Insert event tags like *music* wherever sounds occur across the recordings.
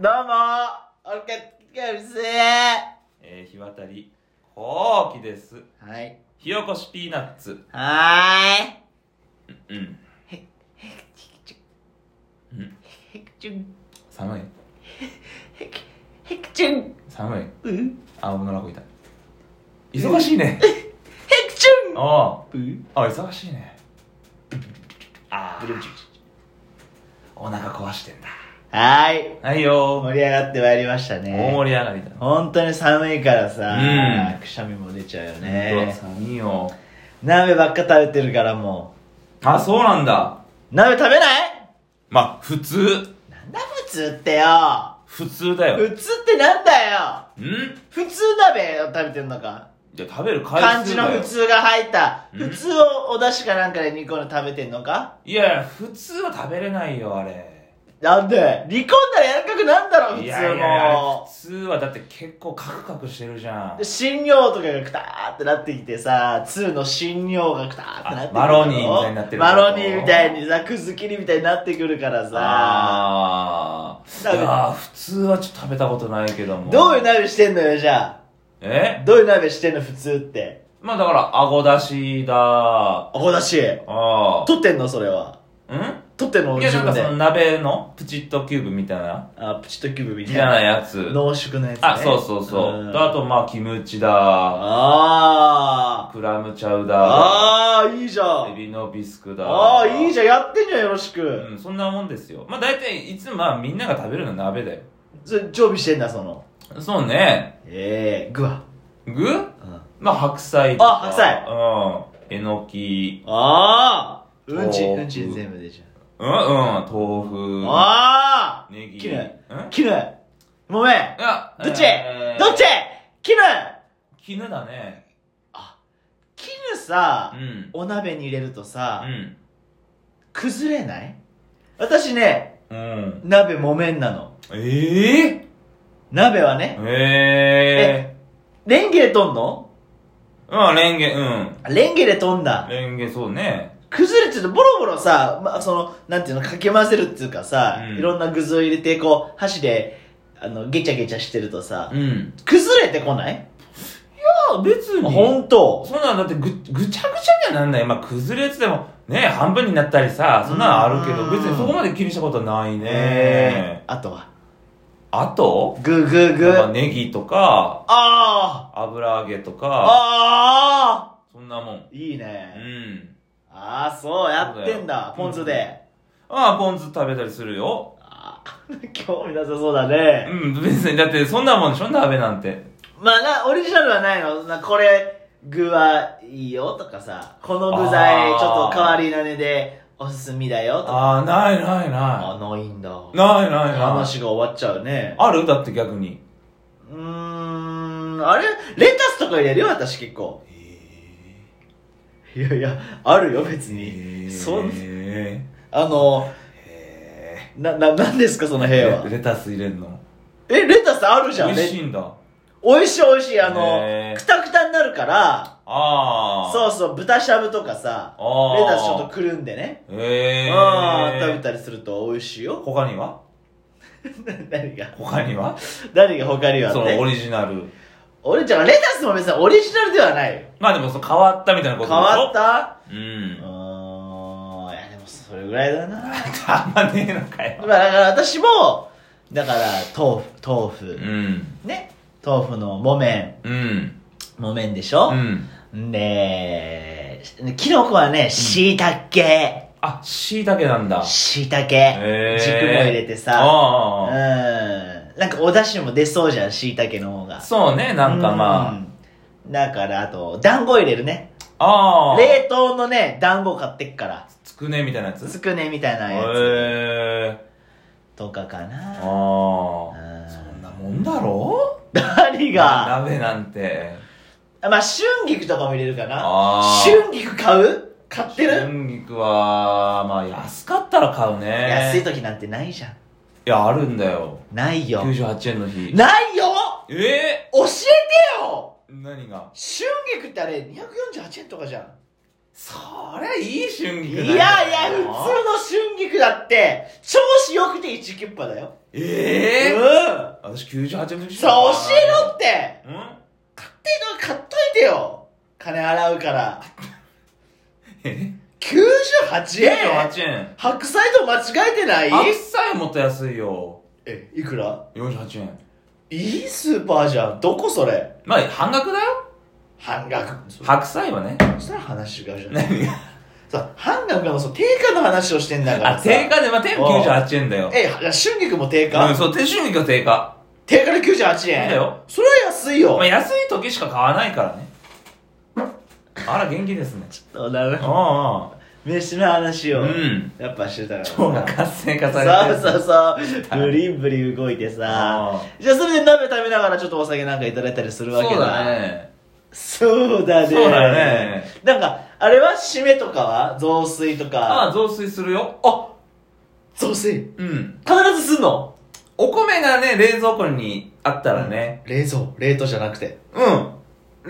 どうもオルカツキャビスはえー、日渡り、ほうきです。い。火起こしピーナッツ。はーい。うん。ヘクチュチうん。ュ、ヘクチュン、寒い。ヘク、ヘクチュン、寒い。うん、あ、女の子いた。忙しいね。ヘクチュンあうん、あ、あ、忙しいね。ああ。お腹壊してんだ。はーい。はいよ盛り上がってまいりましたー。大盛ね。り上がりだ。本当に寒いからさ、うんくしゃみも出ちゃうようわね。寒いよ。鍋ばっか食べてるからもあ、そうなんだ。う。鍋食べないまあ、普通。なんだ普通ってよ。普通だよ。普通ってなんだよ。うん普通鍋を食べてんのか。じゃあ食べる回数漢字のだよ普通が入った、うん普通をお出汁かなんかで煮込んで食べてんのかいやいや、普通は食べれないよ、あれ。なんで煮込んだら柔らかくなんだろ、普い通やいやいやも普。通はだって結構カクカクしてるじゃんで新尿とかがくたーってなってきてさ、2の新尿がくたーってなってくるだろあマロニーみたいになってるマロニーみたいにさ、くず切りみたいになってくるからさ。あーだいからやー普通はちょっと食べたことないけどもどういう鍋してんのよ、じゃあ。えどういう鍋してんの、普通って。まあだからあごだしだああ、お出汁。あ取ってんの、それは。うん取ってんの、いや自なん分かそでの。鍋のプチッとキューブみたいなあ、プチッとキューブみみたたいいな。なやつ濃縮のやつね。あそうそうそう、んとあとまあキムチだあクラムチャウあ。ダああ、いいじゃーエん。ビのビスクだああ、いいじじゃん。やってんじゃん、よろしく。うん、そんなもんですよまあ大体いつもまあみんなが食べるのは鍋だよそれ常備してんだ、その。そうねええ具は。具うん、まあ白菜とかあ白菜うんえのきああ。うんち、豆腐うんち全部出ちゃう。うんうん豆腐あネギきれうんあ。絹。もめ。あどっちえーどっち絹絹だね絹うさ、んお鍋に入れるとさ、うん崩れない私ね、うん鍋木綿なの。ええ鍋はね、ええレンゲでとんのうんレンゲうんあレンゲでとんだ。レンゲそうね崩れてるとボロボロさ、まあ、その、なんていうの、かき混ぜるっていうかさ、うんいろんな具材を入れて、こう、箸で、あの、げちゃげちゃしてるとさ、うん崩れてこない、あ別にほんとそんなんだってぐぐちゃぐちゃにはなんないまあ崩れつでもね半分になったりさそんなのあるけどうん別にそこまで気にしたことはないねあとは、あとぐぐぐ。やっぱあネギとかあ油揚げとあか、あそんなもん。ーいいうね。ん。ああ、そう、やってんだ、そうだよポン酢で。ああ、ポン酢食べたりするよ。あー *laughs* 興味なさそうだうね。ん、別に、だってそんなもんでしょ鍋なんて。まあな、オリジナルはないの。なこれ、具はいいよとかさ、この具材、あーちょっと変わり種でおすすめだよとかああ、ないないあ、なないんだ。い。ないないない。話が終わっちゃうね。あるだって逆に。うーん、あれレタスとか入れるよ、私結構。いやいや、あるよ、別に。そうへあの、え。な、な、なんですか、その部屋はレ。レタス入れんの。え、レタスあるじゃん。美味しレいんだ。美味しい美味しい。あの、へくーたくたになるから、ああ。。そううそう、豚しゃぶとかさ、ああ。レタスちょっとくるんでね。と。へえ。うん、食べたりすると美味しいよ。 *laughs* 他には何が、他には何が他にはそあっのオて。リジナル。俺ちゃん、レタスも別にオリジナルではないよ。まあでもその変わったみたいなこと変でしょわったうんう。ーんいやでもそれぐらいだなま *laughs* あんまねえのかよあだから私もだから豆腐豆腐、うんね豆腐の木綿うん木綿でしうょ、んん、でキノコはねしいたけあ椎茸なんだしいたけへー軸も入れてさうんああなんかお出汁も出そうじゃんしいたけの方がそうねなんかうまんだからあと団子入れるねあああ冷凍のね団子買ってっからつくねみたいなやつつくねみたいなへやつえとかかああなそうんんなもんだろ何が鍋なんてまあ春菊とかも入れるかなああ春菊買う買ってる春菊はまあ安かったら買うね安いい時なんてないじゃんやあるんだよないよ98円の日ないよええ教えてよ何が春菊ってあれ248円とかじゃんそりゃいい春い菊やだいよや普通の春菊だって調子良くて1キュッパだよええ私98分さあ教えろってえろうん買っての買っといてよ金払うからえ98円 ?98 円白菜と間違えてない白菜もっと安いよえいくら48円いいスーパーじゃんどこそれまあ半額だよ半額そ白菜はねしたら話違うじゃん何がさ半額がその定価の話をしてんだからあさ定価でまあ定価98円だよえいや春菊も定価、うんそう手収益は定価定価で98円だよそれは安いよ、まあ安い時しか買わないからねあら元気ですねそうだなあ飯の話あを、うんやっぱしてたからさ腸が活性化されてるそうそううそうブリンブリン動いてさあじゃあそれで鍋食べながらちょっとお酒なんかいただいたりするわそけうだだねそうだねそうだねなんかあれは締めとかは雑炊とかああ増水するよあ雑炊うん必ずすんのお米がね冷蔵庫にあったらね冷蔵冷凍じゃなくてうん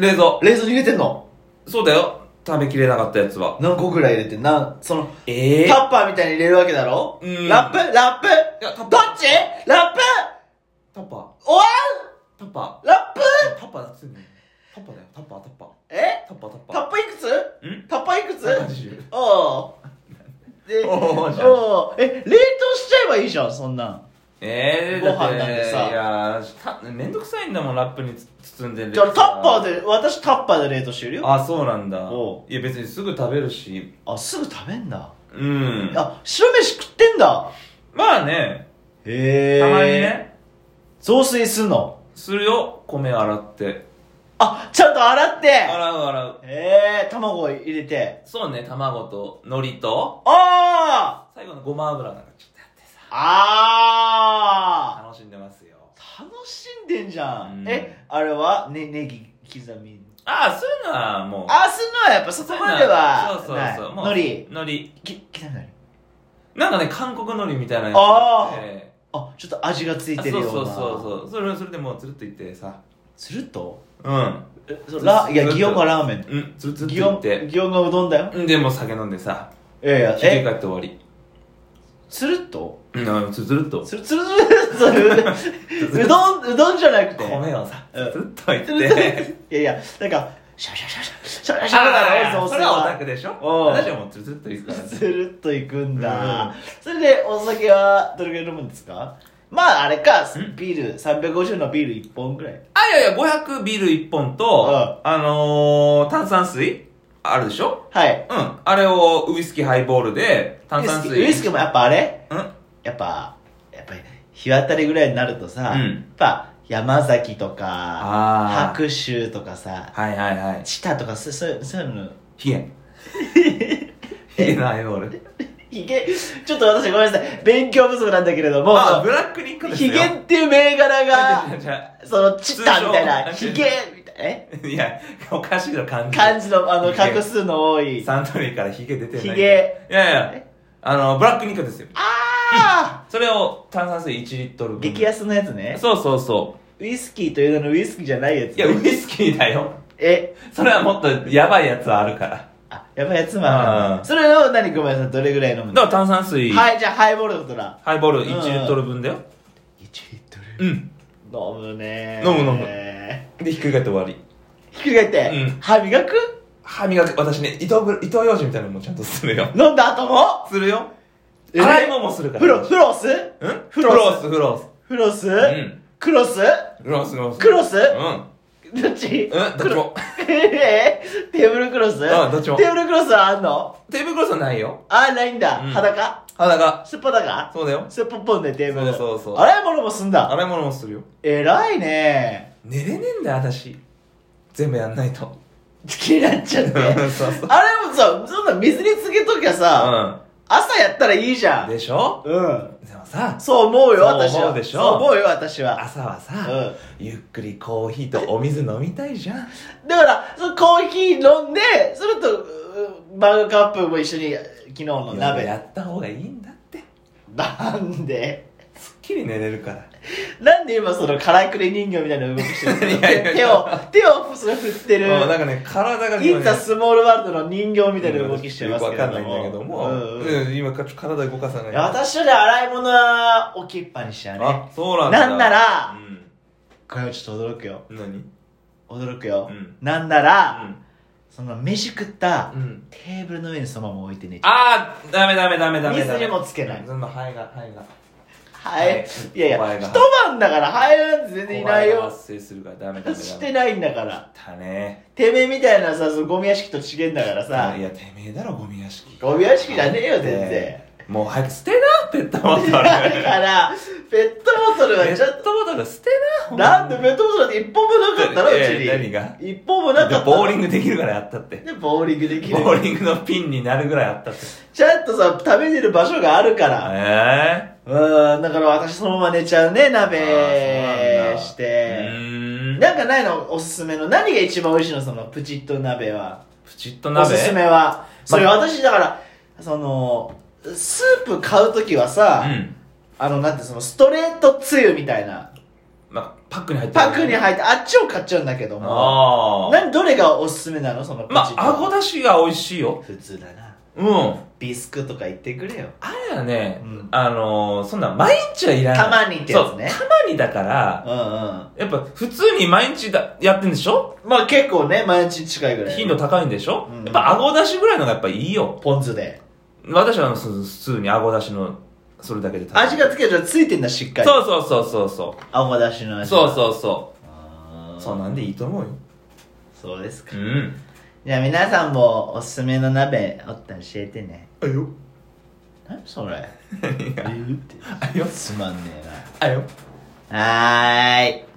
冷蔵冷蔵に入れてんのそうだよ食べきれなかったやつは何個ぐらい入れてんなんそのえタッパーみたいに入れるわけだろうんラップラップいやタッどパっちラップタッパーおわタッパんラップータッパーだっつうのタッパーだよタッパータッパーえタッパータッパターッパーいくつんタッパーいくつタッパー80おうでおうじゃんおうえ冷凍しちゃえばいいじゃんそんなんえー、ご飯なんてさだっていやーためんどくさいんだもんラップにつ包んでるじゃあタッパーで私タッパーで冷凍してるよああそうなんだおいや別にすぐ食べるしすぐ食べんだうんあ白飯食ってんだまあねへえたまにね雑炊すんのするよ米洗ってあちゃんと洗って洗う洗うへえ卵を入れてそうね卵と海苔とあ最後のごま油なんかちょっとやってあさあ楽しんでますよー楽しんでんじゃん、うんえあれはねネギ刻みああそういうのはもうあすんのはやっぱそこまではそうないそうそうもうのり海苔き刻みのりなんかね韓国海苔みたいなやつあーがってあちょっと味がついてるようなそうそうそうそうそれそれでもうつるっといってさつるっとうんえそラいやつるっ祇と園がラーメンうんつるつるっと祇い園って祇園がうどんだようんでもう酒飲んでさいやいやひっくりえ返って終わりつるっとうんつるつるっとつるつるつるつるうどんうどんじゃなくて米をさつうんるっといっつるつてるいやいやなんかシャラシャラシャラシャラシャラだあろ雑ーそれ炊はオタはクでしょおう私はもうつるつるっ *laughs* といくからつるっといくんだ、うんそれでお酒はどれぐらい飲むんですかまああれかんビール350のビール1本ぐらいあいやいや500ビール1本とあのー炭酸水あるでしょはいうんあれをウイスキーハイボールで炭酸ウイスキー水ウイスキーもやっぱあれうんやっぱやっぱり日当たりぐらいになるとさ、うんやっぱ山崎とかああ白州とかさはいはいはいチタとかそうそうそういうのヒ *laughs* ゲ。ヒゲのアイボール。ヒゲちょっと私ごめんなさい勉強不足なんだけれどもあ、ブラックニックですヒよ。ゲっていう銘柄あ *laughs* がじゃそのチタみたいな通ヒ称ゲみたいなえあいや、おかしいの感じ。漢字のあのヒゲ画数の多いサントリーからヒゲ出てない。ヒゲ。いやいやえ、あの、ブラックニックですよ。あそれを炭酸水1リットあル分。激安のやつねそうそうそウイスキーという名のウイスキーじゃないやつう。いや、ウイスキーだよ。えそれはもっとやばいやつはあるから。あやばいやつまうんそれを何ごめんなさいどれぐらい飲むだのから炭酸水、はいじゃあハイボールのことだハイボール1リットル分だよ。 1リットうん。ル飲むね飲む飲むむで、ひっくり返って終わり。ひっくり返って、うん歯磨く歯磨き、私ね、伊藤ぶ、伊藤洋二みたいなのもちゃんとするよ。飲んだ後も *laughs* するよ。え洗い物もするから。フロフロスんフロスス、フロス。フロス、うん。クロスクロス、クロス。クロスうん。どっちうん、どっちも。 *laughs* えーテーブルクロスうんどっちもテーブルクロスはあんのテーブルクロスはないよ。あーないんだ、うん裸裸。すっぱだかそうだよ。すっぽっぽんでテーブルそうそうそう洗い物もすんだ洗い物もするよ。偉いね寝れねえんだよ、私。全部やんないと。好きになっちゃってそうそ *laughs* う。あれもさそんな水につけときゃさ、う朝やったらいいじゃん。んでしょうんでもさ、そう思うよそう思う私はでしょそう思うよ私は朝はうさ、んゆっくりコーヒーとお水飲みたいじゃん。だからそのコーヒー飲んでそれとうマグカップも一緒に昨日の鍋やった方がいいんだって。なんですっきり寝れるから。なんで今そのからくり人形みたいな動きしてるの *laughs* いやいやい手を手をそれ振ってるうんなんかね、体がね、インザ今ねスモールワールドの人形みたいな動きしてますけれどもよくわかんないんだけども、うんうんうん今か体動かさないいや私はね洗い物は置きっぱにしちゃうねあ、そうなんだ。なんならうんこれはちょっと驚くよ何驚くよう、んなんなら、うんその飯食ったうんテーブルの上にそのまま置いてねああダメダメダメダメダメ水にもつけないそんなハエがハエがはい、い、やいお前やが一晩だから入らんと全然いないお前がよ発生するからダメダメダメしてないんだからだねてめえみたいなさそのゴミ屋敷と違えんだからさいやてめえだろゴミ屋敷ゴミ屋敷じゃねえよ全然、 *laughs* もう早く捨てなペットボトルだ *laughs* からペットボトルはペちょっットボトル捨てとな *laughs* なんでペットボトルって一本もなかったらうちえに、何が一本もなかったボーリンググできるからやったってでボーリングできるボーリングのピンになるぐらいあったってちゃんとさ食べてる場所があるから、えうーん、だから私そのまま寝ちゃうね、鍋えしうて。ーんなんかないのおすすめの。何が一番美味しいのそのプチッと鍋は。プチッとお鍋すすめは。それ私だから、その、スープ買うときはさ、うんあの、なんてそのストレートつゆみたいな。なんかパックに入ってるパックに入って、あっちを買っちゃうんだけども。ああ何、どれがおすすめなのそのプチまッと。ああごだしが美味しいよ普通だな。うんビスクとか言ってくれよ。あれはね、うんあのー、そんな毎日はいらないたまにってやつねそうたまにだからうんうん。やっぱ普通に毎日だやってんでしょまあ結構ね、毎日近いぐらい。頻度高いんでしょ、うんやっぱ顎出しぐらいのがやっぱいいよポン酢で。私はあのそ普通に顎出しのそれだけで食べる味がつけたらついてんだしっかりそうそうそうそうそ青だしのう味そうそうそううそそううなんでいいと思うよそうですか、うんじゃあ皆さんもおすすめの鍋おったら教えてねあ *laughs* よ何そ *laughs* れ何がえーってあよつまんねあよえなはーい